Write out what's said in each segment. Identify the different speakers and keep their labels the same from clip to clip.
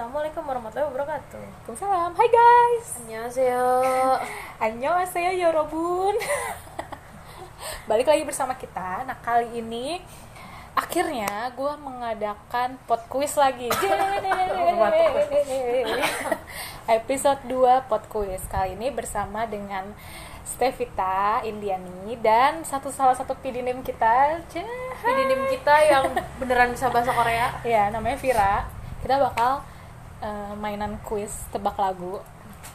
Speaker 1: warahmatullahi wabarakatuh.
Speaker 2: Waalaikumsalam. Hai guys.
Speaker 1: Annyeonghaseyo.
Speaker 2: Annyeonghaseyo yorobun. Balik lagi bersama kita. Nah, kali ini akhirnya gue mengadakan pod quiz lagi. Episode 2 pod quiz. Kali ini bersama dengan Stevita Indiani dan satu salah satu pidinim kita. Cah.
Speaker 1: Pidinim kita yang beneran bisa bahasa Korea.
Speaker 2: Ya, namanya Vira. Kita bakal eh, mainan quiz tebak lagu.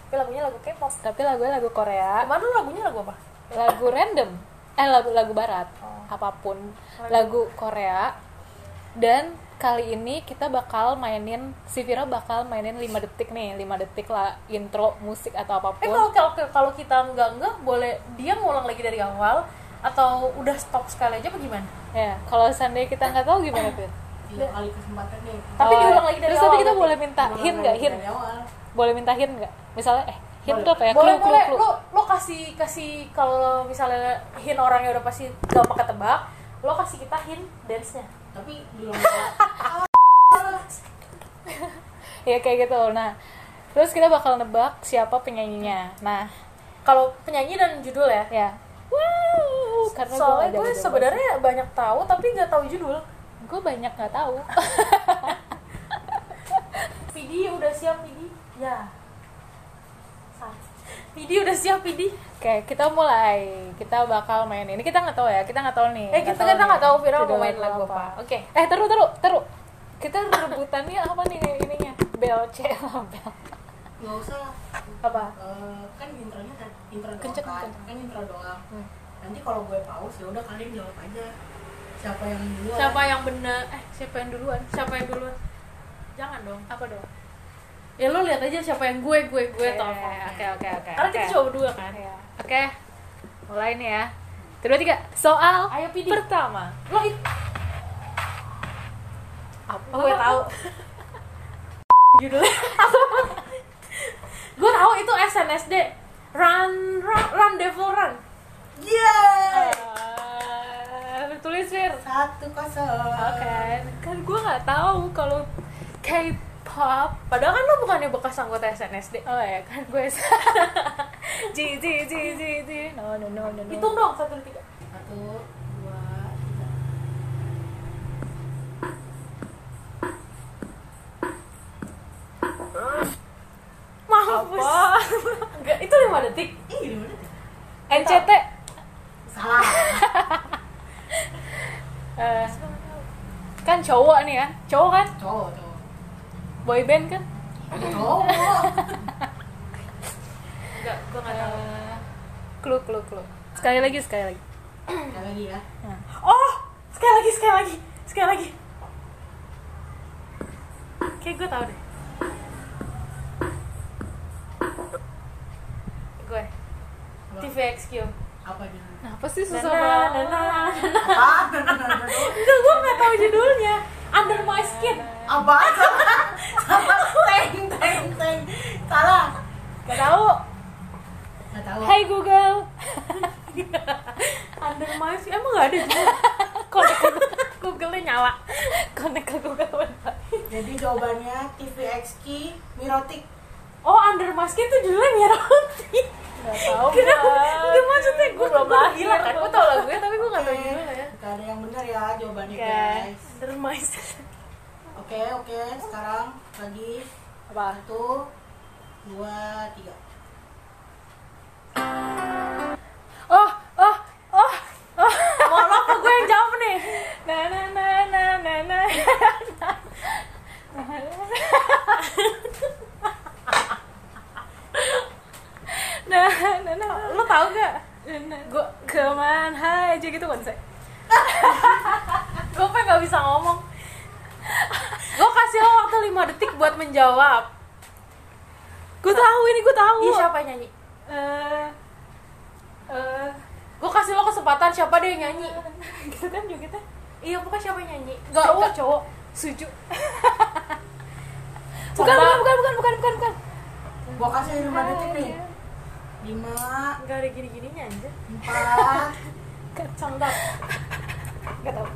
Speaker 1: Tapi lagunya lagu K-pop.
Speaker 2: Tapi lagunya lagu Korea.
Speaker 1: Kemarin lu lagunya lagu apa?
Speaker 2: lagu random eh lagu lagu barat
Speaker 1: Oh.
Speaker 2: apapun
Speaker 1: Lagu.
Speaker 2: lagu Korea dan kali ini kita bakal mainin si Vira bakal mainin 5 detik nih 5 detik lah intro musik
Speaker 1: Eh
Speaker 2: atau apapun
Speaker 1: kalau kalau kalau kita nggak nggak boleh dia ngulang lagi dari awal atau udah stop sekali aja apa gimana?
Speaker 2: ya kalau seandainya kita nggak tahu gimana Vira
Speaker 3: Iya kali kesempatan nih.
Speaker 1: Tapi
Speaker 2: Oh,
Speaker 1: diulang lagi dari
Speaker 2: terus
Speaker 1: awal.
Speaker 2: tapi kita
Speaker 1: berarti.
Speaker 2: boleh minta
Speaker 3: Ulang
Speaker 2: hint nggak
Speaker 3: lagi
Speaker 2: hint
Speaker 3: dari awal.
Speaker 2: boleh minta hint nggak misalnya eh hint
Speaker 3: Boleh.
Speaker 2: tuh apa ya
Speaker 1: boleh
Speaker 2: Clue, clue,
Speaker 1: boleh
Speaker 2: clue.
Speaker 1: lo lo kasih kasih kalau misalnya hint orangnya udah pasti gampang ketebak lo kasih kita hint dance nya
Speaker 3: Tapi belum. ada.
Speaker 2: ya kayak gitu nah terus kita bakal nebak siapa penyanyinya nah
Speaker 1: kalau penyanyi dan judul ya
Speaker 2: ya wow karena gua
Speaker 1: soalnya
Speaker 2: ada
Speaker 1: gue
Speaker 2: beberapa-
Speaker 1: sebenarnya banyak tahu tapi nggak tahu judul
Speaker 2: gue banyak nggak tahu
Speaker 1: Pidi udah siap Pidi ya Salah. Pidi udah siap Pidi
Speaker 2: oke kita mulai kita bakal main ini kita nggak tahu ya kita nggak tahu nih
Speaker 1: eh kita kita nggak tahu Vira mau
Speaker 2: Judulnya
Speaker 1: main lagu apa oke
Speaker 2: eh teru teru teru kita rebutannya apa nih ininya bel c lah, bel
Speaker 3: Nggak usah. lah.
Speaker 1: apa
Speaker 3: Eh, kan intronya kan intro doang
Speaker 2: Kenceng,
Speaker 3: kan.
Speaker 2: kenceng.
Speaker 3: Kan intro doang.
Speaker 2: Hmm.
Speaker 3: Nanti kalau gue paus ya udah kalian jawab aja. Siapa yang duluan?
Speaker 1: siapa yang bener eh siapa yang duluan siapa yang duluan jangan dong
Speaker 2: apa dong
Speaker 1: ya lo lihat aja siapa yang gue gue gue
Speaker 2: Eh,
Speaker 1: atau apa
Speaker 2: oke oke oke
Speaker 1: karena kita
Speaker 2: oke.
Speaker 1: cuma berdua kan
Speaker 2: Iya. oke mulai nih ya kedua tiga soal
Speaker 1: Ayo, Pidi.
Speaker 2: pertama
Speaker 1: lo itu
Speaker 2: apa
Speaker 1: gue tahu judulnya gue tahu itu SNSD run run run devil run
Speaker 3: Yeah.
Speaker 2: Eh, tulis Fir
Speaker 3: Satu kosong.
Speaker 2: oke kan gue nggak tahu kalau K-pop
Speaker 1: padahal kan lo bukannya bekas anggota SNSD
Speaker 2: Oh ya kan gue Ji ji ji ji ji No no no no no
Speaker 1: hitung dong satu dua, tiga
Speaker 3: Satu, dua, tiga.
Speaker 1: mampus Enggak, itu lima detik
Speaker 3: Ih, lima detik.
Speaker 2: NCT
Speaker 3: Salah.
Speaker 2: Eh, Kan cowok nih kan Cowok kan
Speaker 3: Cowok, cowok.
Speaker 2: Boyband kan
Speaker 3: Cowok.
Speaker 1: enggak gue nggak tahu
Speaker 2: Eh, Clue clue clue Sekali lagi sekali lagi
Speaker 3: Sekali lagi ya.
Speaker 2: Nah.
Speaker 1: oh sekali lagi sekali lagi sekali lagi kayak gue tahu deh gue
Speaker 3: Apa?
Speaker 1: TVXQ
Speaker 3: Apa dia?
Speaker 2: Nah, apa sih susah
Speaker 1: Nana, nana,
Speaker 2: banget
Speaker 1: nana.
Speaker 3: Apa?
Speaker 1: Enggak, gue gak tau judulnya Under My Skin
Speaker 3: apa sama teng teng teng salah
Speaker 1: Gak tau
Speaker 3: nggak tahu
Speaker 2: Hai Google
Speaker 1: Under My Skin, emang gak ada judul
Speaker 2: Connect ke
Speaker 1: Google-nya nyala
Speaker 2: connect ke Google bentar.
Speaker 3: jadi jawabannya TVXQ Mirotic
Speaker 1: Oh, Under My Skin tuh judulnya Mia Roti
Speaker 2: Nggak tahu
Speaker 1: Kenapa?
Speaker 2: Bang.
Speaker 1: Enggak maksudnya gue
Speaker 2: belum lahir, Eh.
Speaker 1: gila kan
Speaker 2: belum
Speaker 1: Gue tau lagunya tapi gue gak tau
Speaker 3: Oke,
Speaker 1: judulnya
Speaker 3: nggak ada yang benar ya jawabannya
Speaker 2: Oke.
Speaker 3: guys
Speaker 1: Under My Skin
Speaker 3: oke oke sekarang lagi
Speaker 2: Apa?
Speaker 3: satu dua tiga
Speaker 2: Oh oh oh
Speaker 1: Mau lo apa gue yang jawab nih?
Speaker 2: Na na na na na na Nah, nah, nah,
Speaker 1: Lo tau gak?
Speaker 2: gue keman hai aja gitu kan saya.
Speaker 1: Gue pengen gak bisa ngomong Gue kasih lo waktu 5 detik buat menjawab
Speaker 2: Gue tahu ini gue tahu.
Speaker 1: Iya, siapa yang nyanyi?
Speaker 2: Oh. Eh, eh,
Speaker 1: Gue kasih lo kesempatan siapa deh yang nyanyi
Speaker 2: gitu kan jogetnya.
Speaker 1: Iya, bukan siapa yang nyanyi?
Speaker 2: Gak
Speaker 1: Cowok,
Speaker 2: cowok, cowok, suju.
Speaker 1: Bukan,
Speaker 2: bukan,
Speaker 1: bukan,
Speaker 2: bukan, bukan, bukan, bukan, bukan,
Speaker 3: gua kasih lima detik nih
Speaker 2: Iya.
Speaker 3: lima
Speaker 1: Gak ada gini-gininya anjir
Speaker 3: empat
Speaker 1: Contoh
Speaker 2: Gak tau.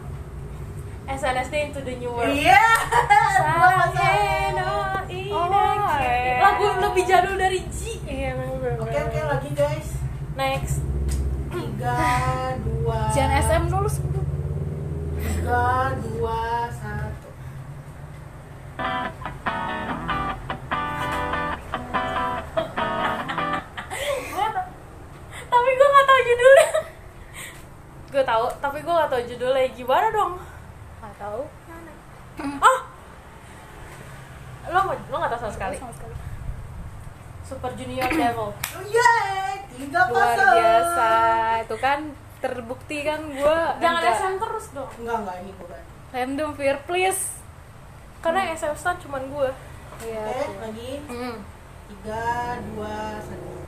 Speaker 2: Iya,
Speaker 1: SNSD Into the New World
Speaker 3: iya dua kosong
Speaker 2: Eh,
Speaker 1: Saheno inai
Speaker 2: Iya.
Speaker 1: Lagu lebih jadul dari Ji.
Speaker 2: Iya, bener-bener.
Speaker 3: Oke oke lagi guys.
Speaker 1: Next.
Speaker 3: Tiga dua.
Speaker 2: Jangan SM dulu sebelum.
Speaker 3: Tiga dua satu.
Speaker 1: Tapi gue gak tahu judulnya. gue tahu, tapi gue gak tahu judulnya. Gimana dong?
Speaker 2: Nggak tahu.
Speaker 1: Lo nggak- lo gak tahu sama sekali.
Speaker 2: Sama sekali.
Speaker 1: Super Junior Devil.
Speaker 3: Oh, Yeay, tiga
Speaker 2: Luar
Speaker 3: kosong.
Speaker 2: biasa. Itu kan terbukti kan gue.
Speaker 1: Jangan SM terus dong.
Speaker 3: Enggak enggak ini bukan.
Speaker 2: Random fear please.
Speaker 1: Karena yang SM stan cuman gue.
Speaker 2: Iya.
Speaker 3: Oke
Speaker 2: tuh.
Speaker 3: lagi.
Speaker 2: Mm.
Speaker 3: Tiga dua satu.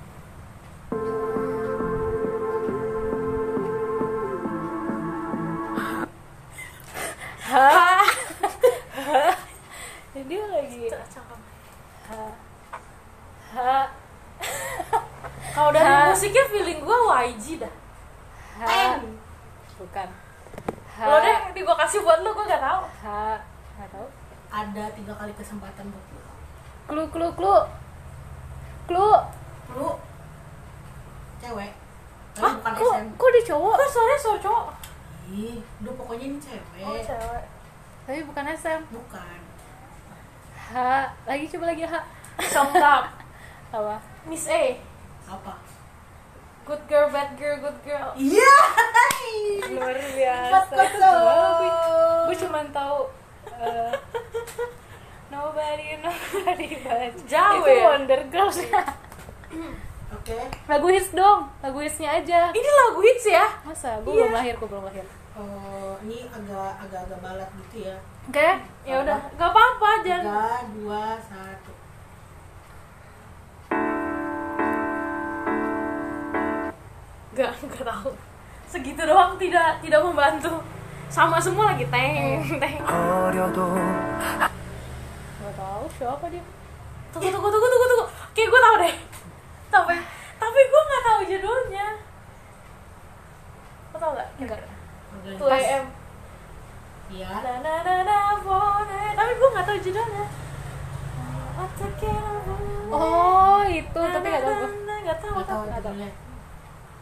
Speaker 2: Hah? Ya, Dia lagi.
Speaker 1: Cakep.
Speaker 2: Ha. Ha.
Speaker 1: Kalau dari
Speaker 2: Ha.
Speaker 1: musiknya feeling gue YG dah.
Speaker 2: Ha. Bukan. Ha.
Speaker 1: Lo deh, ini gue kasih buat lo, gue gak tahu.
Speaker 2: Ha. Nggak tahu.
Speaker 3: Ada tiga kali kesempatan buat lu.
Speaker 2: Klu klu klu. Klu.
Speaker 3: Lu cewek. Tapi
Speaker 2: Ah,
Speaker 3: bukan
Speaker 2: kok,
Speaker 3: SM.
Speaker 2: kok dia cowok?
Speaker 1: Kok kan suaranya suara cowok?
Speaker 3: Ih, lu pokoknya ini cewek.
Speaker 1: Oh, cewek.
Speaker 2: Tapi bukan SM.
Speaker 3: Bukan.
Speaker 2: H. Lagi coba lagi H.
Speaker 1: Songkap.
Speaker 2: Apa?
Speaker 1: Miss A.
Speaker 3: Apa?
Speaker 1: Good girl, bad girl, good girl.
Speaker 3: Iya.
Speaker 2: Luar
Speaker 3: Empat
Speaker 2: biasa.
Speaker 3: kosong.
Speaker 2: Gue cuma tahu eh, Nobody, nobody but you.
Speaker 1: Jauh
Speaker 2: Itu
Speaker 1: ya?
Speaker 2: Wonder Girls
Speaker 3: Oke.
Speaker 2: Lagu hits dong, lagu hitsnya aja
Speaker 1: Ini lagu hits ya?
Speaker 2: Masa? Gue
Speaker 1: Iya.
Speaker 2: belum lahir, gue belum lahir
Speaker 3: Oh, ini agak agak agak balat gitu ya.
Speaker 2: Oke?
Speaker 1: Ya udah, nggak apa-apa jangan.
Speaker 3: Tiga, dua, satu.
Speaker 1: Nggak, nggak tahu. Segitu doang tidak tidak membantu. Sama semua lagi teng teng.
Speaker 2: Gak tau siapa dia
Speaker 1: Tunggu tunggu tunggu tunggu tunggu. Oke, gue tahu deh. Tapi tapi gue nggak tahu judulnya. Lo tau nggak?
Speaker 2: Enggak
Speaker 3: Udah.
Speaker 1: Tuh eh. AM.
Speaker 3: Iya.
Speaker 1: Na na na na bone. Tapi gue nggak tahu judulnya. I take it away.
Speaker 2: Oh itu,
Speaker 1: Na,
Speaker 2: tapi
Speaker 1: na,
Speaker 2: gak tau gue
Speaker 1: na, na. Nggak tahu.
Speaker 3: Nggak tahu
Speaker 2: nggak tahu.
Speaker 3: judulnya.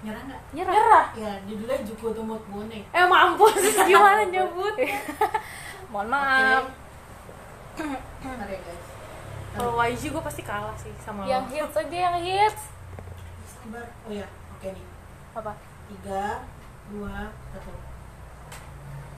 Speaker 3: Nyerah nggak?
Speaker 2: Nyerah
Speaker 1: Nyerah.
Speaker 3: Ya, judulnya Juku Tumut Bonek.
Speaker 1: Eh mampus gimana nyebut?
Speaker 2: Mohon maaf
Speaker 3: Bentar ya, guys.
Speaker 1: Kalau YG gue pasti kalah sih sama lo.
Speaker 2: Yang hits aja, yang hits
Speaker 3: Sabar. Oh ya, oke nih.
Speaker 2: Apa?
Speaker 3: Tiga, dua, satu.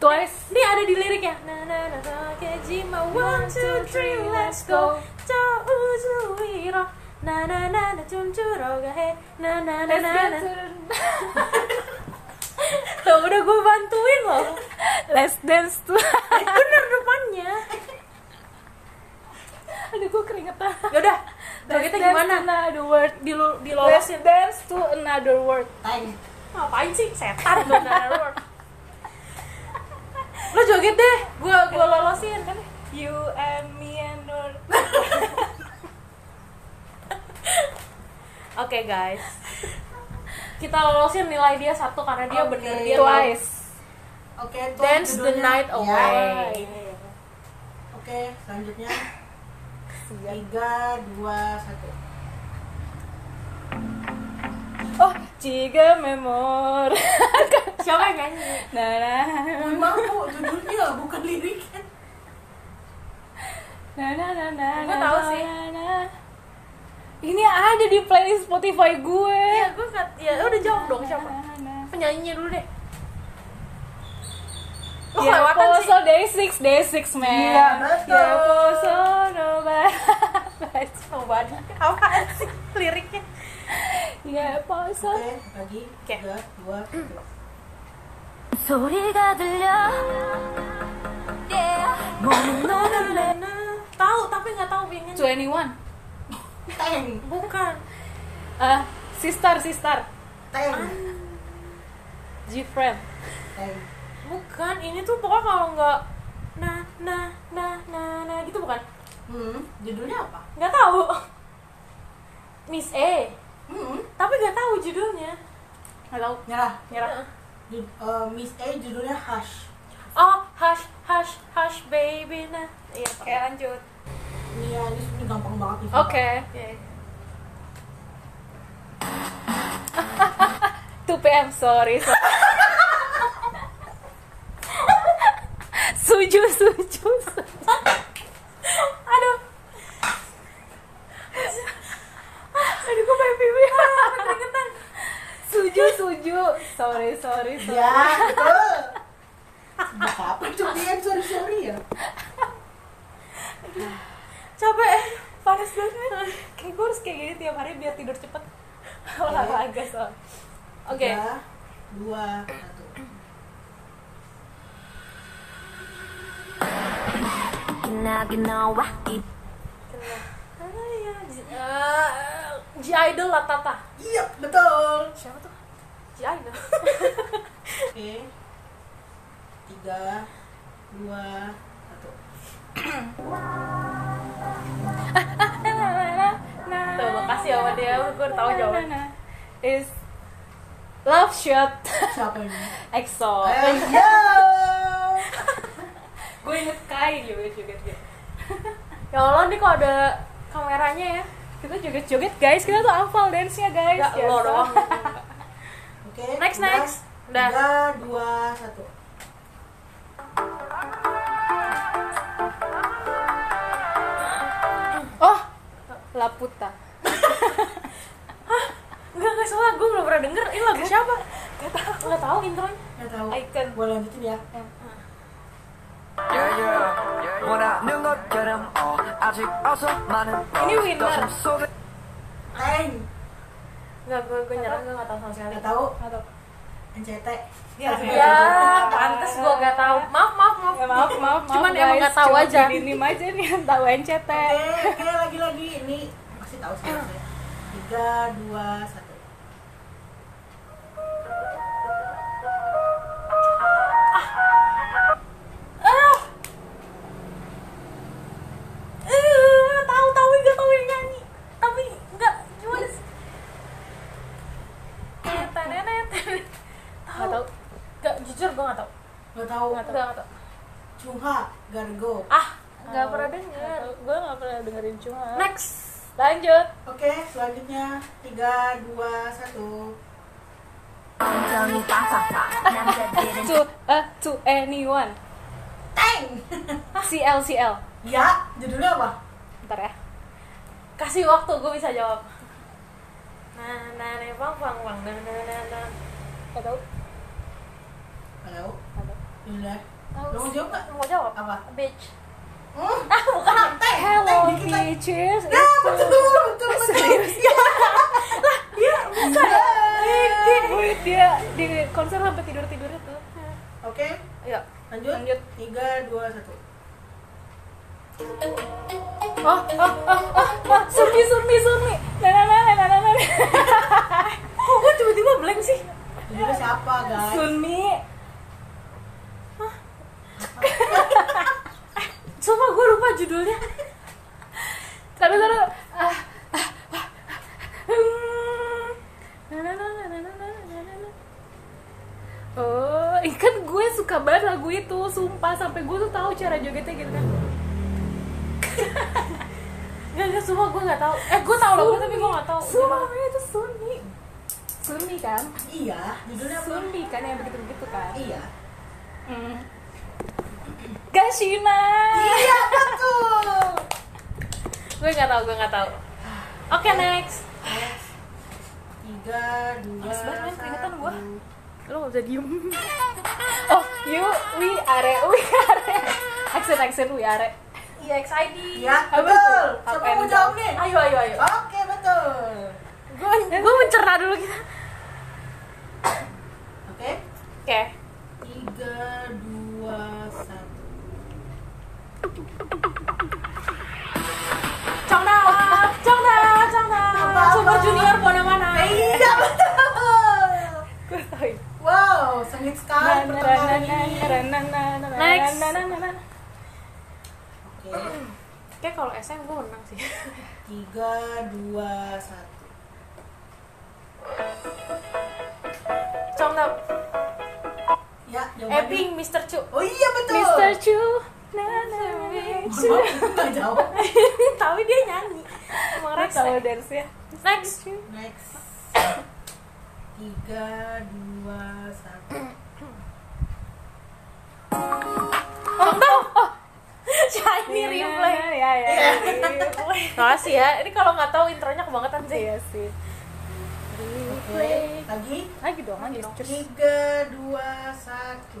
Speaker 2: Twice
Speaker 1: Ini ada di liriknya. Na na na na kejima one two three let's go. Ta uzuiro. Na na na na chunchuro ga he. Na na na
Speaker 2: Let's
Speaker 1: na
Speaker 2: get
Speaker 1: na.
Speaker 2: to the-
Speaker 1: Tuh udah gue bantuin loh.
Speaker 2: Let's dance to
Speaker 1: Bener depannya.
Speaker 2: Aduh, gue keringetan
Speaker 1: Yaudah. Kalau kita gimana?
Speaker 2: Let's dance to another world
Speaker 1: Dilo-
Speaker 2: Let's
Speaker 1: Dilolosin.
Speaker 2: dance to another world
Speaker 3: Time.
Speaker 1: Ngapain sih setan lu Nana World? Lu joget deh. Gua gua lolosin kan.
Speaker 2: You and me and Nur
Speaker 1: Oke guys. Kita lolosin nilai dia satu karena dia
Speaker 3: Oke.
Speaker 1: bener dia
Speaker 2: Twice
Speaker 3: Oke, tuh
Speaker 1: Dance the
Speaker 3: judulnya.
Speaker 1: night
Speaker 3: Ya.
Speaker 1: away.
Speaker 3: Oke, selanjutnya.
Speaker 2: Siap.
Speaker 3: Tiga, dua, satu.
Speaker 2: Oh, Ciga Memor
Speaker 1: Siapa yang nyanyi?
Speaker 2: Nah, nah,
Speaker 3: Memang kok judulnya bukan liriknya.
Speaker 2: nah, nah, nah, nah,
Speaker 1: Gua
Speaker 2: nah,
Speaker 1: tahu
Speaker 2: nah,
Speaker 1: sih.
Speaker 2: nah, nah. Ini ada di playlist Spotify gue.
Speaker 1: Ya gua kat- ya udah jawab dong siapa.
Speaker 2: Nah, nah, nah.
Speaker 1: Penyanyinya dulu deh. Lu
Speaker 2: Ya,
Speaker 1: kelewatan sih.
Speaker 2: Poso day 6, day 6, man.
Speaker 3: Iya, betul.
Speaker 2: Ya, Poso, no bad.
Speaker 1: Nobody. Apaan sih liriknya?
Speaker 2: Ya, Poso.
Speaker 3: Oke,
Speaker 1: Oke.
Speaker 3: lagi.
Speaker 1: Hmm.
Speaker 3: Tiga, dua, satu.
Speaker 4: 소리가 들려 내
Speaker 1: na na na na tahu tapi nggak tahu pengen
Speaker 2: 21
Speaker 3: Teng,
Speaker 1: bukan
Speaker 2: eh sister sister
Speaker 3: teng,
Speaker 2: Gfriend
Speaker 3: teng.
Speaker 1: bukan ini tuh pokoknya kalau nggak na na na na na gitu bukan
Speaker 3: Hmm, judulnya apa?
Speaker 1: nggak tahu Miss E
Speaker 3: Hmm,
Speaker 1: tapi nggak tahu judulnya
Speaker 2: halo
Speaker 3: nyerah.
Speaker 2: nyerah
Speaker 3: Jud, eh, Miss A judulnya Hush.
Speaker 1: oh hush hush hush baby nah iya Pak.
Speaker 2: oke lanjut
Speaker 3: Ini ya, ini, ini gampang banget nih.
Speaker 2: oke
Speaker 1: Oke.
Speaker 2: 2 pm sorry sorry. suju suju suju.
Speaker 1: aduh aduh gue pengen pipi sampai keringetan
Speaker 2: suju suju sorry sorry sorry.
Speaker 3: Ya, betul. Sejak kapan tuh dia sorry sorry ya?
Speaker 1: capek
Speaker 2: eh. panas banget kayak gue harus kayak gini tiap hari biar tidur cepet olahraga soal oke
Speaker 3: Tiga, dua, satu.
Speaker 4: Kena kena wakit
Speaker 1: Ah, ya, J- eh, J Idol lah Tata
Speaker 3: Iya, betul.
Speaker 1: siapa tuh J Idol
Speaker 3: Oke. Tiga, dua, satu.
Speaker 2: tuh makasih sama dia gue
Speaker 1: udah
Speaker 2: tahu jawabannya
Speaker 1: nah.
Speaker 2: is love shot
Speaker 3: Siapa ini?
Speaker 2: EXO
Speaker 1: Eh.
Speaker 3: Ayo.
Speaker 2: gue inget Kai joget joget dia
Speaker 1: ya Allah nih kok ada kameranya ya
Speaker 2: kita joget joget guys kita tuh hafal dance nya guys
Speaker 1: Gak
Speaker 2: Ya,
Speaker 1: lo
Speaker 2: so.
Speaker 1: doang
Speaker 3: Oke.
Speaker 1: Next,
Speaker 3: udah.
Speaker 1: next. Udah.
Speaker 3: Tiga, dua, satu.
Speaker 2: oh Laputa
Speaker 1: Enggak, enggak salah, gue belum pernah denger Ini lagu siapa? Gak tau Gak tau intronya
Speaker 3: Nggak tahu.
Speaker 2: Icon.
Speaker 3: Gue lanjutin ya.
Speaker 5: Yeah, yeah. 원하는 것처럼 어, 아직 어서 많은
Speaker 2: 아니, 왜
Speaker 5: 것, 가슴
Speaker 2: 나-
Speaker 5: 속에
Speaker 3: Teng.
Speaker 1: Enggak, gue, gue nyerah, gue gak tau sama sekali
Speaker 3: Nggak tahu.
Speaker 2: atau
Speaker 3: NCT.
Speaker 2: Ya,
Speaker 1: Ya, pantes gue gak tau Maaf, maaf, maaf
Speaker 2: Ya, maaf maaf maaf
Speaker 1: Cuman emang
Speaker 2: guys.
Speaker 1: nggak tahu
Speaker 2: Cuma
Speaker 1: aja.
Speaker 2: didinim aja nih yang tahu NCT
Speaker 3: Oke, oke lagi lagi ini pasti tahu sih. harusnya. Tiga, dua, satu.
Speaker 1: Ah. Eh, tahu tahu enggak tahu yang nyanyi. Tapi enggak cuma Tenet, tenet.
Speaker 2: nggak tahu
Speaker 1: Enggak jujur gue enggak tahu.
Speaker 3: Nggak tahu.
Speaker 1: Enggak tahu. Nggak tahu.
Speaker 3: Chungha, Gargo.
Speaker 1: Ah, enggak
Speaker 2: Tahu.
Speaker 1: pernah dengar.
Speaker 2: gue nggak pernah dengerin cuma
Speaker 1: Next.
Speaker 2: lanjut
Speaker 3: Oke, selanjutnya tiga, dua, satu.
Speaker 4: Ongkong이 빡빡빡 남자들은
Speaker 2: to eh, to anyone
Speaker 3: Teng.
Speaker 2: CL CL
Speaker 3: Ya, judulnya apa?
Speaker 2: ntar ya
Speaker 1: Kasih waktu gue bisa jawab. Nah, nah, nah, bang, bang, bang, nah, nah, nah, nah.
Speaker 2: nggak tahu
Speaker 3: Nggak tahu.
Speaker 2: Nggak tahu.
Speaker 3: Judulnya.
Speaker 1: Tahu
Speaker 3: Lo mau
Speaker 1: sih.
Speaker 3: jawab nggak?
Speaker 1: Mau jawab?
Speaker 3: Apa?
Speaker 1: Bitch.
Speaker 3: Hmm?
Speaker 1: Ah, bukan.
Speaker 3: Teng.
Speaker 2: Hello
Speaker 3: Teng, dikit lagi.
Speaker 2: bitches
Speaker 3: Ya,
Speaker 1: Nah,
Speaker 3: betul, betul, betul. Ya. Lah, dia bisa.
Speaker 2: Wih, Iya, dia di konser sampai tidur tidur itu Iya.
Speaker 3: Oke,
Speaker 1: Ya.
Speaker 3: lanjut.
Speaker 2: Lanjut.
Speaker 3: Tiga, dua, satu.
Speaker 2: Eh, oh oh oh oh oh Surmi Surmi Surmi nah nah nah nah nah nah
Speaker 1: Kok gue tiba-tiba blank sih?
Speaker 3: Judulnya siapa, guys?
Speaker 2: Sunmi
Speaker 1: Sumpah gue lupa judulnya.
Speaker 2: taruh taruh ah Oh, ih, kan gue suka banget lagu itu, sumpah sampai gue tuh tahu cara jogetnya gitu kan.
Speaker 1: Gak, gak, sumpah gue gak tau Eh, gue tau lagu tapi gue gak tau
Speaker 2: Sumpah namanya itu Sunmi. Sunmi kan?
Speaker 3: Iya, judulnya apa?
Speaker 2: Sunmi kan yang begitu-begitu kan.
Speaker 3: Iya.
Speaker 2: Mm.
Speaker 1: Hmm.
Speaker 2: Gashina.
Speaker 3: Iya, betul.
Speaker 1: Gue gak tau, gue gak tau Oke, next
Speaker 3: Tiga, dua,
Speaker 2: Males banget, keringetan
Speaker 3: satu.
Speaker 2: gua. Lo gak bisa diem Oh, you, we, are, we, are Aksen, aksen, we, are
Speaker 1: EXID
Speaker 3: Iya,
Speaker 2: Apa
Speaker 3: betul.
Speaker 2: tuh? Apa
Speaker 3: Siapa
Speaker 2: yang
Speaker 3: mau
Speaker 2: jawab?
Speaker 3: jawab nih?
Speaker 1: Ayo, ayo, ayo
Speaker 3: Oke, betul.
Speaker 1: Gue gue mencerna dulu kita
Speaker 3: Oke,
Speaker 1: Oke
Speaker 3: tiga, dua, satu.
Speaker 1: 정답 정답 정답
Speaker 3: Apa-apa?
Speaker 1: Super Junior mana-mana
Speaker 3: Iya betul.
Speaker 2: Gue tahu itu.
Speaker 3: Wow, sengit
Speaker 2: Nah,
Speaker 3: sekali pertemanan ini.
Speaker 2: Next. nah,
Speaker 3: Oke,
Speaker 2: Kayak kalau SM gue menang sih.
Speaker 3: tiga, dua, satu.
Speaker 1: Congnam
Speaker 3: Ya, jawabannya.
Speaker 1: Epping Mr. Chu
Speaker 3: Oh iya betul.
Speaker 2: Mr. Chu.
Speaker 1: Nah,
Speaker 3: Mohon maaf, itu nggak jawab.
Speaker 1: tapi dia nyanyi emang
Speaker 2: Kalau
Speaker 1: rese
Speaker 2: dance-nya.
Speaker 1: next
Speaker 3: Next. Tiga, dua, satu.
Speaker 1: Shiny Replay
Speaker 2: Ya, ya.
Speaker 1: makasih ya ini kalau nggak tahu intronya kebangetan sih
Speaker 2: Iya sih.
Speaker 3: Oke, lagi.
Speaker 2: Lagi dong, lagi dong.
Speaker 3: Tiga, dua, satu.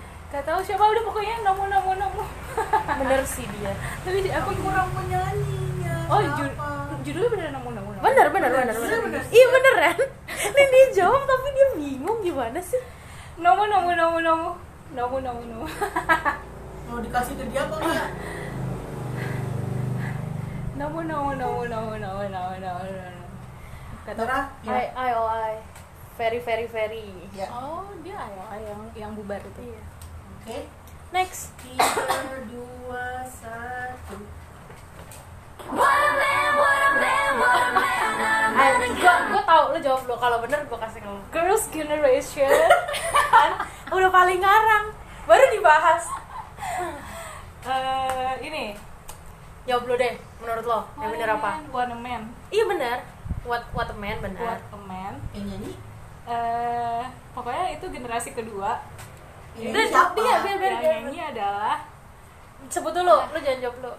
Speaker 2: Gak tahu siapa udah pokoknya namu, namu, namu.
Speaker 1: bener sih dia
Speaker 2: Tapi di- aku kurang.
Speaker 3: Kurang penyanyinya.
Speaker 2: Oh, ju-
Speaker 3: siapa?
Speaker 2: judulnya bener namu, namu, namu.
Speaker 1: bener bener bener bener,
Speaker 3: Bener, bener.
Speaker 1: iya beneran ini dia jawab tapi dia bingung gimana sih
Speaker 2: Namu, namu, namu, namu. Namu, namu, namu.
Speaker 3: Mau dikasih ke dia apa enggak?
Speaker 2: Namu, namu, namu, namu, namu, namu, namu, namu. Gak tahu.
Speaker 3: Nora, ya.
Speaker 1: I I O I very very very
Speaker 3: Ya.
Speaker 2: Oh, dia ayah yang yang bubar itu. Iya.
Speaker 3: Oke.
Speaker 1: next
Speaker 3: Tiga, dua, satu.
Speaker 1: gue gue tau lo jawab lo kalau bener gue kasih ke lo
Speaker 2: Girls Generation.
Speaker 1: udah paling ngarang baru dibahas
Speaker 2: Eh, ini
Speaker 1: jawab lo deh menurut lo yang bener apa
Speaker 2: What a man.
Speaker 1: iya bener what what a man bener
Speaker 2: What a man.
Speaker 3: Yang nyanyi?
Speaker 2: Eh, pokoknya itu generasi kedua.
Speaker 3: Yang
Speaker 1: Udah,
Speaker 3: nyanyi siapa?
Speaker 1: dia, dia.
Speaker 2: Yang nyanyi adalah
Speaker 1: sebut dulu lo jangan jawab lo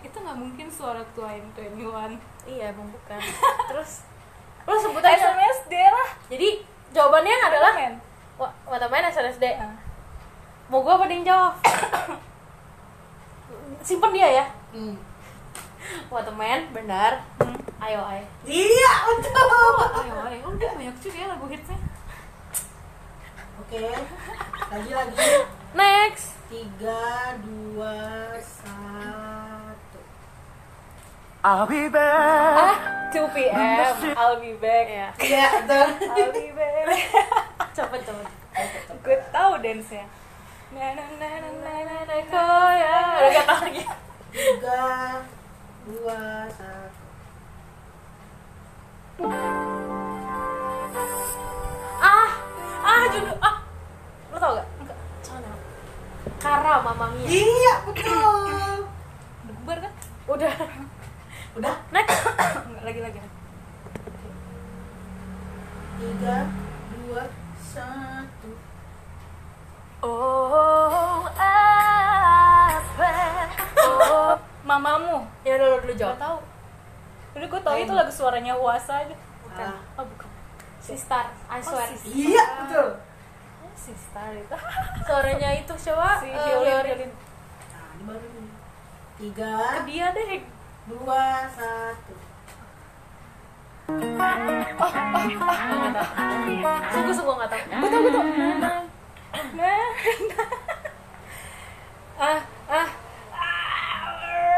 Speaker 2: itu nggak mungkin suara tuain 21
Speaker 1: iya emang bukan terus lo sebut aja
Speaker 2: SNSD lah
Speaker 1: jadi jawabannya adalah
Speaker 2: men
Speaker 1: Wa- what a man
Speaker 2: Iya.
Speaker 1: SNSD mau gue apa dia yang jawab simpen dia ya
Speaker 3: Hmm.
Speaker 1: what a man bener Hmm, ayo ayo
Speaker 3: Iya, betul.
Speaker 2: ayo ayo udah banyak juga Ah, ya lagu hitsnya
Speaker 3: Oke. Lagi lagi.
Speaker 1: next
Speaker 3: Tiga, dua, satu.
Speaker 5: I'll be back.
Speaker 2: 2 p.m. I'll be back
Speaker 1: ya
Speaker 3: Iya, betul.
Speaker 2: I'll be back
Speaker 1: cepet cepet
Speaker 2: gue tahu dance nya na na na na na na na
Speaker 1: oh ya udah gak tau lagi
Speaker 3: Tiga, dua, satu.
Speaker 1: ah ah judul ah lo tau gak enggak soalnya Kara Mamma Mia
Speaker 3: Iya, betul.
Speaker 2: Udah bubar kan
Speaker 1: udah
Speaker 3: Udah.
Speaker 1: next
Speaker 2: Nggak, lagi lagi
Speaker 3: Tiga, dua, satu.
Speaker 1: oh apa oh
Speaker 2: mamamu
Speaker 1: ya udah lo dulu
Speaker 2: gak
Speaker 1: jawab
Speaker 2: tahu udah gue tau itu lagu suaranya Huasa aja
Speaker 1: bukan
Speaker 3: Ah.
Speaker 1: oh bukan Sistar
Speaker 2: Oh,
Speaker 1: I swear
Speaker 3: Iya, betul.
Speaker 2: si star itu
Speaker 1: suaranya itu siapa
Speaker 2: si
Speaker 1: Eh,
Speaker 2: Violin
Speaker 1: Violin.
Speaker 2: Violin
Speaker 3: Nah, ini baru nih. Tiga,
Speaker 1: dia deh
Speaker 3: dua, satu.
Speaker 1: sungguh sungguh nggak tahu
Speaker 2: gue tau gue tau nah ah ah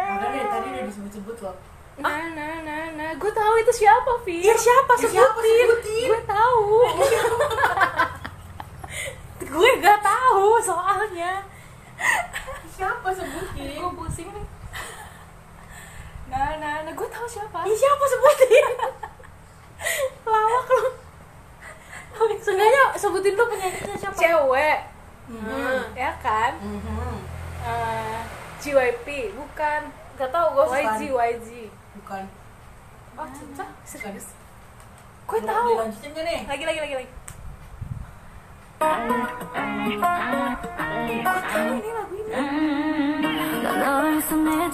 Speaker 3: Karena dari tadi Nah, udah disebut-sebut loh.
Speaker 2: nah nah nah nah gue tahu itu siapa Vi
Speaker 1: ya siapa
Speaker 3: Eh, Siapa sebutin?
Speaker 2: gue tahu
Speaker 1: gue gak tahu soalnya
Speaker 3: Siapa sebutin?
Speaker 2: gue pusing nih nah nah nah gue tahu siapa
Speaker 1: ya siapa sebutin lawak lo Seenggaknya sebutin dulu penyanyinya siapa
Speaker 2: cewek
Speaker 1: hmm.
Speaker 2: ya kan
Speaker 3: Mhm.
Speaker 2: Eh, JYP bukan
Speaker 1: Gak tau gue
Speaker 2: YG YG
Speaker 3: Bukan.
Speaker 1: Oh cinta
Speaker 3: Serius?
Speaker 2: gue tahu
Speaker 3: Lanjutin gak nih?
Speaker 2: lagi lagi lagi lagi
Speaker 4: Terus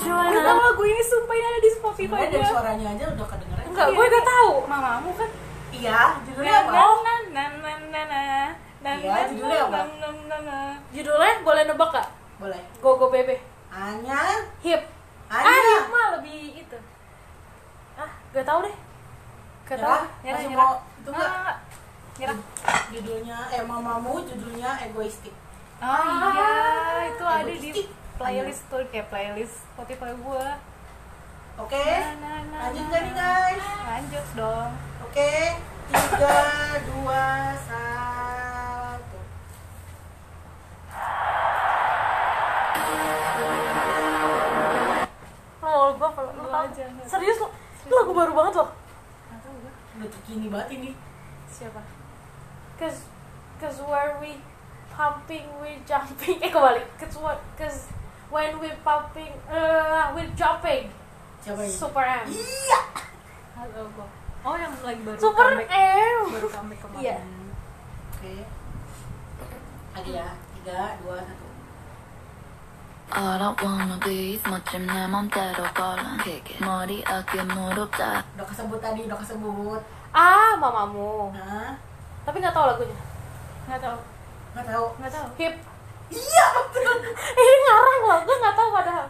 Speaker 2: Gue tau lagu ini sumpah ini ada di Spotify
Speaker 3: Gimana dari
Speaker 2: gue.
Speaker 3: suaranya aja udah kedengeran
Speaker 2: Enggak, gue udah tahu. Nah, Mamamu kan
Speaker 3: Iya, judulnya
Speaker 2: na
Speaker 3: apa?
Speaker 2: na na na na na na na
Speaker 3: Iya,
Speaker 2: na,
Speaker 3: judulnya apa?
Speaker 2: na, na, na, na. Judulnya nah, boleh nebak gak?
Speaker 3: Boleh
Speaker 2: Go Go Bebe.
Speaker 3: Anya
Speaker 2: Hip.
Speaker 1: Iya.
Speaker 2: Ah, hip
Speaker 3: Anya Ya
Speaker 2: mah lebih itu. Ah, gak tau deh.
Speaker 1: Iya.
Speaker 2: Gak tau.
Speaker 3: Nyerah?
Speaker 2: ya.
Speaker 3: Masih mau itu
Speaker 2: Enggak,
Speaker 3: enggak?
Speaker 2: enggak, enggak. Ah, Nyerah.
Speaker 3: Judulnya, eh mamamu judulnya egoistik
Speaker 2: Oh iya, itu ada di
Speaker 3: Egoistik.
Speaker 2: playlist tuh kayak playlist Spotify Nah, gue.
Speaker 3: Oke?
Speaker 2: Na, na, na,
Speaker 3: Lanjut
Speaker 2: na,
Speaker 3: gak nih,
Speaker 2: na.
Speaker 3: guys?
Speaker 2: Lanjut dong.
Speaker 3: Oke? Tiga, dua, satu
Speaker 1: Oh, gua kalau lu
Speaker 2: Lu
Speaker 1: tahu.
Speaker 2: aja.
Speaker 1: Serius lu? Itu lagu baru banget loh.
Speaker 2: Gak tau gue.
Speaker 3: Udah terkini banget ini
Speaker 2: Siapa?
Speaker 1: Cause, cause where we pumping, we jumping. Eh kebalik. Cause what? Cause when we pumping, uh, we jumping.
Speaker 3: Siapa ini?
Speaker 1: Super M.
Speaker 3: Iya
Speaker 2: Halo gue. Oh yang lagi baru
Speaker 1: Super
Speaker 2: comeback.
Speaker 1: M.
Speaker 2: baru comeback kemarin.
Speaker 1: Iya.
Speaker 3: Oke Lagi ya, tiga, dua, satu
Speaker 6: I don't wanna be 멋짐 내 맘대로 걸렁기게 머리 어깨 무릎 다
Speaker 3: Udah kesebut tadi, udah kesebut
Speaker 1: Ah, mamamu.
Speaker 3: Hah?
Speaker 1: Tapi nggak tahu lagunya.
Speaker 2: Nggak tahu.
Speaker 3: Gak tau
Speaker 2: Nggak tahu.
Speaker 1: Hip.
Speaker 3: Iya betul
Speaker 1: Ini ngarang loh. Gue nggak tahu padahal.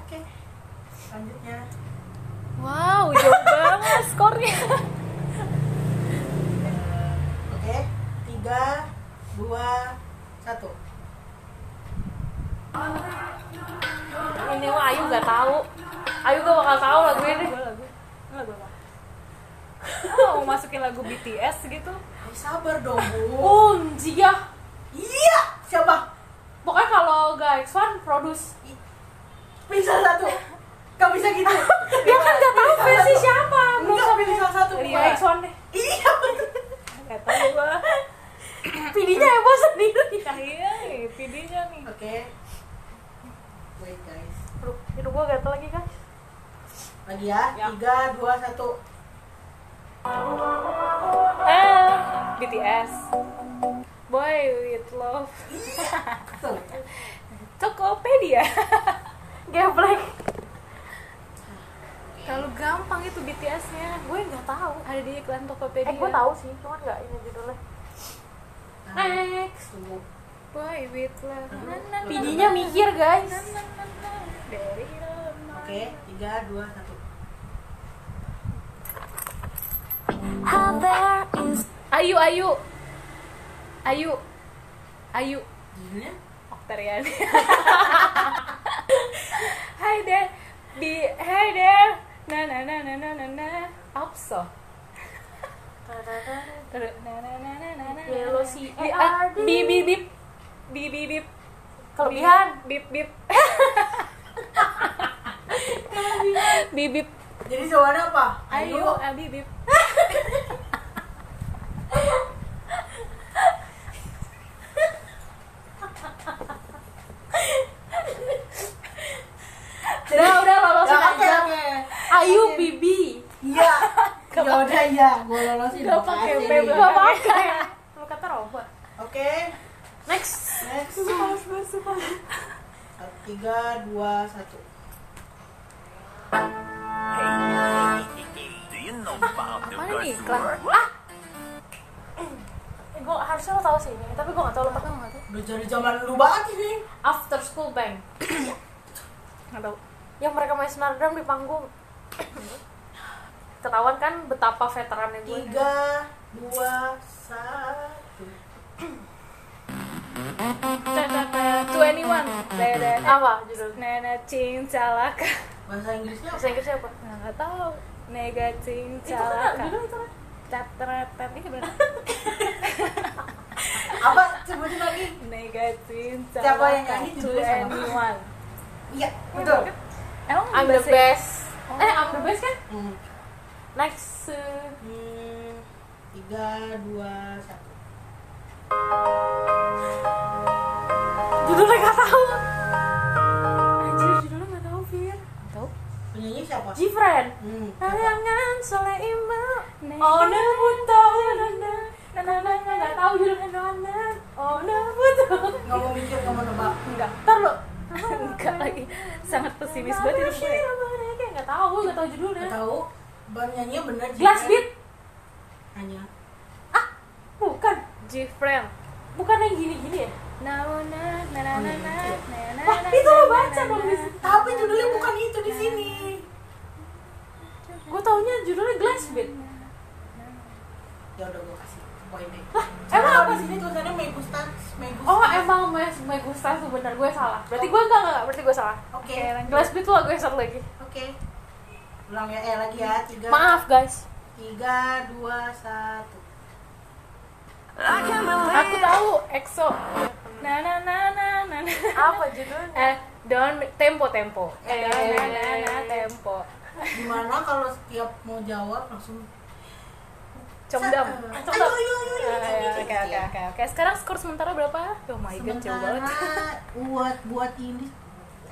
Speaker 3: Oke Selanjutnya
Speaker 2: Wow, jauh banget skornya.
Speaker 3: Oke, tiga, dua, satu.
Speaker 1: Ini mah Ayu nggak tahu. Ayu gak bakal tahu lagu ini.
Speaker 2: Gue lagu. Lagu apa? Oh, mau masukin lagu BTS gitu.
Speaker 3: Ayo sabar dong bu.
Speaker 1: Unji ya.
Speaker 3: Iya, siapa?
Speaker 1: Pokoknya kalau gak X1 produce.
Speaker 3: Bisa satu. Gak bisa gitu.
Speaker 1: Dia kan nggak tahu versi siapa.
Speaker 3: Enggak, pilih salah satu.
Speaker 1: Iya
Speaker 3: Iya.
Speaker 1: X1 deh.
Speaker 3: Iya. betul.
Speaker 2: Nggak tahu gue.
Speaker 1: Pilihnya Ebo sendiri.
Speaker 2: Nah, iya, nih, PD-nya nih.
Speaker 3: Oke. Wait guys.
Speaker 1: Aduh, hidup gue gatel lagi guys.
Speaker 3: Lagi ya.
Speaker 2: Ya.
Speaker 3: Tiga, dua, satu.
Speaker 2: Eh, BTS. Boy with love.
Speaker 3: Betul.
Speaker 2: Tokopedia.
Speaker 1: Geblek.
Speaker 2: Kalau gampang itu BTS-nya. Gue nggak tahu. Ada di iklan Tokopedia.
Speaker 1: Eh, gue tahu sih, cuman gak ini judulnya.
Speaker 3: Nah,
Speaker 1: Next.
Speaker 3: tunggu.
Speaker 2: Boy with love. Na, na, na,
Speaker 1: Pidinya mikir guys.
Speaker 2: na, na, na, na. Dari Roma.
Speaker 3: Oke, tiga, dua, satu.
Speaker 4: How there is
Speaker 2: Ayu, Ayu, Ayu, Ayu,
Speaker 3: Judulnya?
Speaker 2: Oktariani. Hi there, be hi there, na na na na na na na, Apso. Terus, na na na na na na.
Speaker 1: Yellow C
Speaker 2: Bi-
Speaker 1: A R
Speaker 2: ah,
Speaker 1: D.
Speaker 2: bi bi bip, bi bi bip,
Speaker 1: Kelebihan.
Speaker 2: bip bip, bi bip,
Speaker 3: Jadi jawabannya apa?
Speaker 2: Ayu, ah, bi bip.
Speaker 1: Udah, udah lolosin
Speaker 3: Ya, oke,
Speaker 1: aja.
Speaker 3: oke.
Speaker 1: Ayu Bibi.
Speaker 3: Iya. Ya udah ya, gue lolosin.
Speaker 2: Gak pakai B
Speaker 3: Makasih.
Speaker 1: Gak
Speaker 2: belakang.
Speaker 1: pakai. Lu kata Roba.
Speaker 3: Oke.
Speaker 1: Next.
Speaker 3: Next. Tiga, dua, satu.
Speaker 2: Mana nih iklan?
Speaker 1: Eh, gue Ah. harusnya lo tau sih ini, tapi gue gak tau lo tau gak tau.
Speaker 3: Udah jadi zaman lu banget ini.
Speaker 1: After School Band.
Speaker 2: Nggak tahu.
Speaker 1: Yang mereka main senar drum di panggung. Ketahuan kan betapa veterannya gue.
Speaker 3: Tiga, dua, satu.
Speaker 2: 21 Dede
Speaker 1: Apa judulnya?
Speaker 2: Nana Cincalaka
Speaker 3: Bahasa Inggrisnya apa?
Speaker 1: Bahasa Inggrisnya apa?
Speaker 2: Nggak tahu
Speaker 1: Itu
Speaker 2: Nega
Speaker 1: kan
Speaker 2: Cincalaka
Speaker 1: judul itu kan.
Speaker 2: Tatretet Ini bener
Speaker 3: Apa? Sebutin lagi.
Speaker 2: Nega Cincalaka
Speaker 3: Siapa yang nyanyi judulnya siapa?
Speaker 2: 21
Speaker 3: Iya, betul.
Speaker 2: Emang
Speaker 1: I'm the
Speaker 2: bahasa-
Speaker 1: best. Eh, I'm the best kan?
Speaker 3: Hmm.
Speaker 1: Next. eh,
Speaker 3: Hmm, Tiga, dua, satu.
Speaker 1: Judulnya gak tau. Anjir, judulnya gak tau, Fir.
Speaker 3: Penyanyi siapa?
Speaker 1: Jifren.
Speaker 3: Hmm.
Speaker 1: Layangan soleh imam.
Speaker 2: Nega-
Speaker 1: Oh, ne butuh. Gak tau judulnya doang. Oh, ne butuh.
Speaker 3: Nggak mau mikir, nggak mau nebak.
Speaker 2: Enggak
Speaker 1: Ntar lo.
Speaker 2: Enggak lagi sangat pesimis banget hidup gue. Gak tau, gue gak tau judulnya.
Speaker 3: Nggak tahu ban nyanyinya bener
Speaker 2: Glass Beat?
Speaker 3: hanya
Speaker 2: Bukan. G-Friend.
Speaker 1: Bukan yang gini-gini ya?
Speaker 2: Nah, nah, nah, nah, nah, nah, nah,
Speaker 1: Wah,
Speaker 2: nah,
Speaker 1: itu lo
Speaker 2: nah,
Speaker 1: baca
Speaker 2: nah,
Speaker 1: dong
Speaker 2: nah.
Speaker 1: di situ.
Speaker 3: Hmm. tapi judulnya bukan itu di sini
Speaker 1: Gue taunya judulnya Glass Beat.
Speaker 3: ya udah gue kasih poin deh
Speaker 1: Emang apa
Speaker 3: di sini tulisannya Megustas Megustas
Speaker 1: Oh emang Mas Me Gusta tuh bener gue salah. Berarti gue enggak enggak enggak, berarti gue salah.
Speaker 3: oke
Speaker 2: Oke, lanjut.
Speaker 1: Glass Beat tuh lagu yang satu lagi.
Speaker 3: oke ulang ya eh lagi ya tiga
Speaker 2: Maaf guys,
Speaker 3: tiga dua satu
Speaker 2: aku
Speaker 5: Eh.
Speaker 2: tahu EXO. Nah, nah, nah, nah, nah, nah.
Speaker 1: Apa judulnya?
Speaker 2: Eh, don tempo tempo. Eh,
Speaker 3: Eh.
Speaker 2: nah, nah, nah, nah, tempo.
Speaker 3: gimana kalau setiap mau jawab langsung
Speaker 2: Comdam.
Speaker 3: ayo
Speaker 2: Comdam.
Speaker 3: ayo ayo
Speaker 2: Ah, ya,
Speaker 3: ayo
Speaker 2: Oke, oke, oke, oke. Sekarang skor sementara berapa? Oh my god, jauh
Speaker 3: sementara
Speaker 2: banget.
Speaker 3: buat buat ini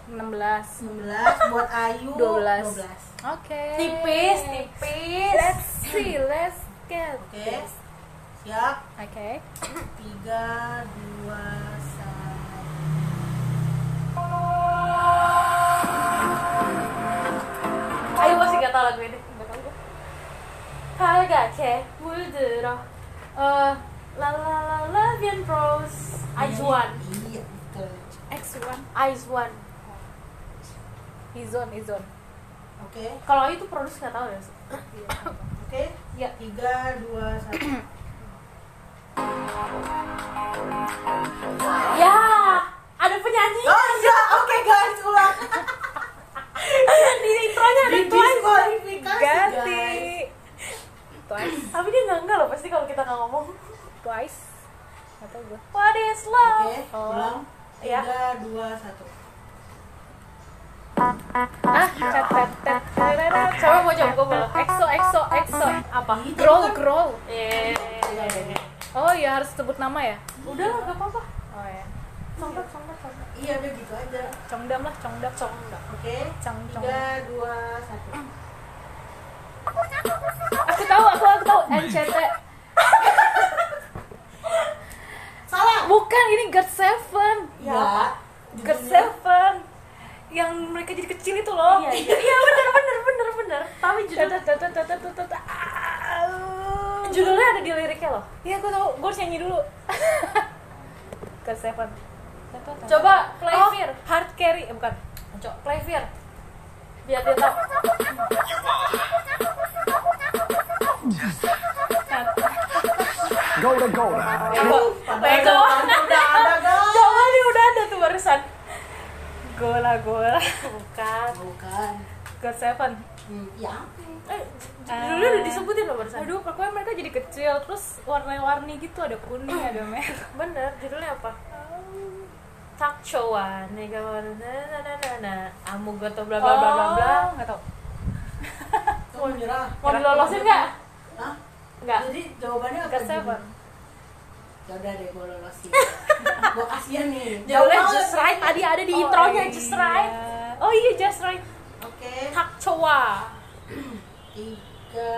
Speaker 2: 16.
Speaker 3: 19 buat Ayu
Speaker 2: 12.
Speaker 3: 12.
Speaker 2: Oke.
Speaker 1: Tipis, tipis.
Speaker 2: Let's see, let's get.
Speaker 3: Oke. Siap.
Speaker 2: Oke.
Speaker 3: 3 2 1.
Speaker 1: Ayo masih gak tau lagu ini. Gak tau gue. 갈갛게 물들어. 어, 라라라라 비엔 브로스. 아이즈원.
Speaker 3: Iya, betul.
Speaker 2: X1.
Speaker 1: 아이즈원.
Speaker 2: Izon, Izon.
Speaker 3: Oke.
Speaker 1: Kalau itu produs gak tau ya.
Speaker 3: Oke.
Speaker 1: Ya.
Speaker 3: 3 2 1.
Speaker 1: Ya, ada penyanyi.
Speaker 3: Oh iya, oke guys, ulang.
Speaker 1: Di intronya ada Twice.
Speaker 3: Diskualifikasi
Speaker 2: Ganti.
Speaker 3: guys.
Speaker 2: Twice,
Speaker 1: Tapi dia nggak nggak loh pasti kalau kita nggak ngomong.
Speaker 2: twice. Atau gue.
Speaker 1: What is
Speaker 3: Oke,
Speaker 1: love?
Speaker 2: Oh.
Speaker 3: ulang.
Speaker 1: Ya.
Speaker 3: 3 2 1.
Speaker 2: Ah, tet tet tet. tereret. Coba mau coba gue belum. EXO, EXO, EXO. Apa?
Speaker 3: Ih,
Speaker 2: Growl,
Speaker 3: tapi kan-
Speaker 2: growl.
Speaker 1: Eh,
Speaker 2: Oh iya harus sebut nama ya.
Speaker 1: udah lah gak apa-apa.
Speaker 2: Oh ya.
Speaker 1: Songkat, songkat, songkat.
Speaker 3: Iya, udah gitu aja.
Speaker 2: Congdam lah, congdam,
Speaker 1: Songkat.
Speaker 3: Oke.
Speaker 2: cong cong.
Speaker 3: 3 2 1.
Speaker 2: Aku tahu, aku aku tahu. NCT.
Speaker 3: Salah.
Speaker 2: Bukan ini God Seven.
Speaker 3: Ya.
Speaker 2: God
Speaker 3: Judulnya-
Speaker 2: Seven. Yang mereka jadi kecil itu loh.
Speaker 1: Iya, iya, iya, bener, bener, bener, bener. Tapi
Speaker 2: Tet,
Speaker 1: judul,
Speaker 2: tet, tet, tet, tet, tet, tet. Ah.
Speaker 1: judulnya ada di liriknya loh.
Speaker 2: Iya, aku tahu. Gue harus nyanyi dulu. God Seven.
Speaker 1: Coba play
Speaker 2: Oh,
Speaker 1: fear,
Speaker 2: hard carry, eh, bukan.
Speaker 1: coba play fear. Biar dia tahu.
Speaker 5: Go to go now.
Speaker 1: Coba,
Speaker 3: Padahal udah ada guys.
Speaker 1: coba dia udah ada tuh barusan.
Speaker 2: Gola, gola. Bukan.
Speaker 3: Bukan.
Speaker 2: God Seven.
Speaker 3: Hmm, ya.
Speaker 1: Eh, judulnya udah disebutin loh barusan.
Speaker 2: Ah. Nah. Aduh, pokoknya mereka jadi kecil, terus warna-warni gitu, ada kuning, ada merah.
Speaker 1: Bener, judulnya apa? Takchowa, nega warna ya kan? na na na na, amu goto bla bla bla bla bla.
Speaker 2: Oh, nggak tahu.
Speaker 3: Mau nyerah.
Speaker 1: Mau dilolosin nggak?
Speaker 3: Hah?
Speaker 1: Nggak.
Speaker 3: Jadi jawabannya apa?
Speaker 2: God Seven.
Speaker 3: gini? Ya udah deh gue lolosin. gue kasihan nih.
Speaker 1: Judulnya
Speaker 3: Jauh
Speaker 1: Just
Speaker 3: banget.
Speaker 1: Right, tadi ada di
Speaker 2: Oh,
Speaker 1: intronya
Speaker 2: iya.
Speaker 1: Just Right. Oh iya Just Right.
Speaker 3: Oke.
Speaker 1: Takchowa.
Speaker 3: Tiga,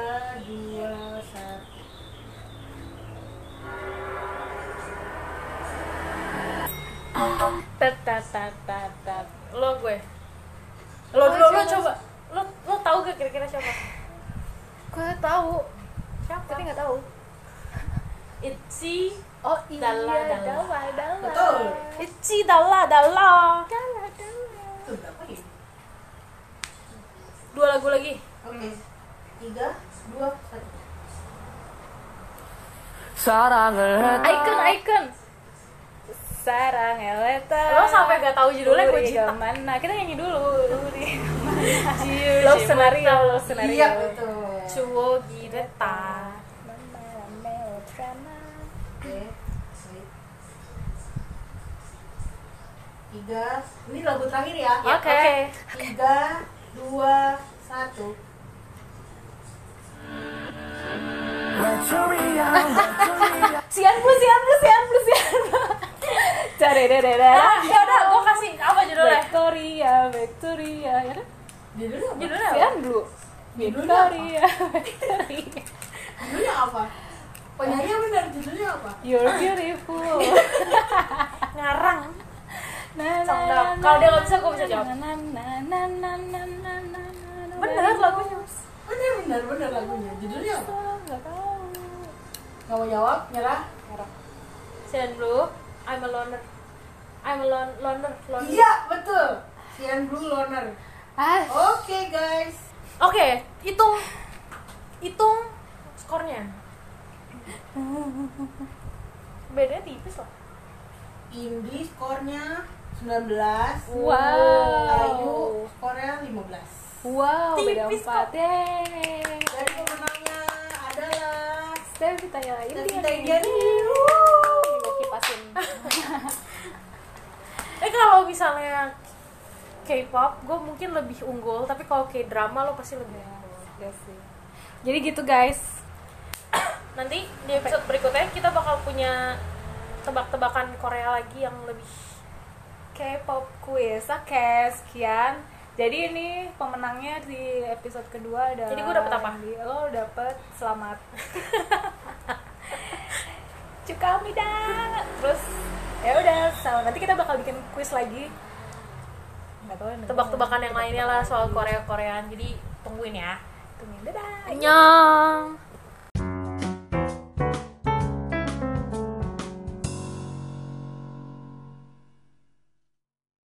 Speaker 3: dua, satu.
Speaker 2: Tat, tat, tat, tat, tat.
Speaker 1: Lo gue. Lo
Speaker 2: Oh,
Speaker 1: lo lo
Speaker 2: siapa?
Speaker 1: coba. Lo lo tahu gak kira-kira siapa?
Speaker 2: Gue tahu. Siapa? Tapi nggak tahu.
Speaker 1: Itzy.
Speaker 2: Oh iya,
Speaker 1: Dala, dala.
Speaker 2: dala, dala.
Speaker 3: Betul.
Speaker 1: Itzy dala dala.
Speaker 2: Dala, dala.
Speaker 3: Tuh berapa ya?
Speaker 1: Dua lagu lagi.
Speaker 3: Oke. Tiga, dua, satu.
Speaker 5: 사랑을 했다.
Speaker 2: Icon, icon. Sarang Eleta.
Speaker 1: Lo sampai gak tahu judulnya gue
Speaker 2: Uri
Speaker 1: cinta.
Speaker 2: Kemana? Kita nyanyi dulu. Uri kemana? Love scenario, love scenario.
Speaker 3: Iya betul.
Speaker 1: Cuo gireta.
Speaker 2: Mama, melodrama.
Speaker 3: Oke. baik. Tiga. Ini lagu terakhir ya.
Speaker 1: Oke.
Speaker 3: Tiga, dua, satu.
Speaker 5: 외톨이야.
Speaker 2: Sian plus, sian plus, sian plus, sian plus. Cari deh deh deh.
Speaker 1: Ah, ya udah, gue kasih apa judulnya?
Speaker 2: Victoria, Victoria. Ya udah,
Speaker 1: Judulnya
Speaker 3: Judulnya apa?
Speaker 1: apa?
Speaker 2: Sian dulu.
Speaker 3: Judulnya apa?
Speaker 2: Victoria, Victoria.
Speaker 3: Judulnya apa? Penyanyinya benar judulnya apa?
Speaker 2: You're beautiful.
Speaker 1: Ngarang.
Speaker 2: Nah,
Speaker 1: Songdam. Kalau dia nggak bisa, gue bisa
Speaker 2: jawab.
Speaker 1: Bener lagunya.
Speaker 3: Bener bener bener lagunya. Judulnya apa?
Speaker 2: Nggak tahu.
Speaker 3: Gak mau jawab, nyerah. Nyerah.
Speaker 1: Silent Blue, I'm a loner. I'm a lon loner, loner.
Speaker 3: Iya betul. Sian Blue Loner.
Speaker 2: Ah,
Speaker 3: Oke guys.
Speaker 1: Oke, hitung hitung skornya. Bedanya tipis lah.
Speaker 3: Indi skornya 19. Ayu
Speaker 2: wow.
Speaker 3: skornya 15.
Speaker 2: Wow, beda
Speaker 1: Tipis
Speaker 2: empat.
Speaker 1: kok.
Speaker 2: Yeay.
Speaker 3: Dan pemenangnya adalah
Speaker 2: Saya kita Iya, nyalain dia.
Speaker 3: Kita
Speaker 2: nih.
Speaker 3: Indiani.
Speaker 2: Ini gue kipasin.
Speaker 1: Eh kalau misalnya K-pop, gue mungkin lebih unggul. Tapi kalau K-drama lo pasti lebih unggul.
Speaker 2: Udah Iya sih. Jadi gitu guys.
Speaker 1: Nanti di episode berikutnya kita bakal punya tebak-tebakan Korea lagi yang lebih
Speaker 2: K-pop quiz. Oke, sekian. Jadi ini pemenangnya di episode kedua ada.
Speaker 1: Jadi gua dapet apa?
Speaker 2: Lo dapet selamat. Cukami dan terus ya udah sama nanti kita bakal bikin quiz lagi. Nggak tahu. nanti-
Speaker 1: tebak-tebakan yang lainnya lah soal Korea-Koreaan. Jadi tungguin ya.
Speaker 2: Tungguin dadah.
Speaker 1: Annyeong.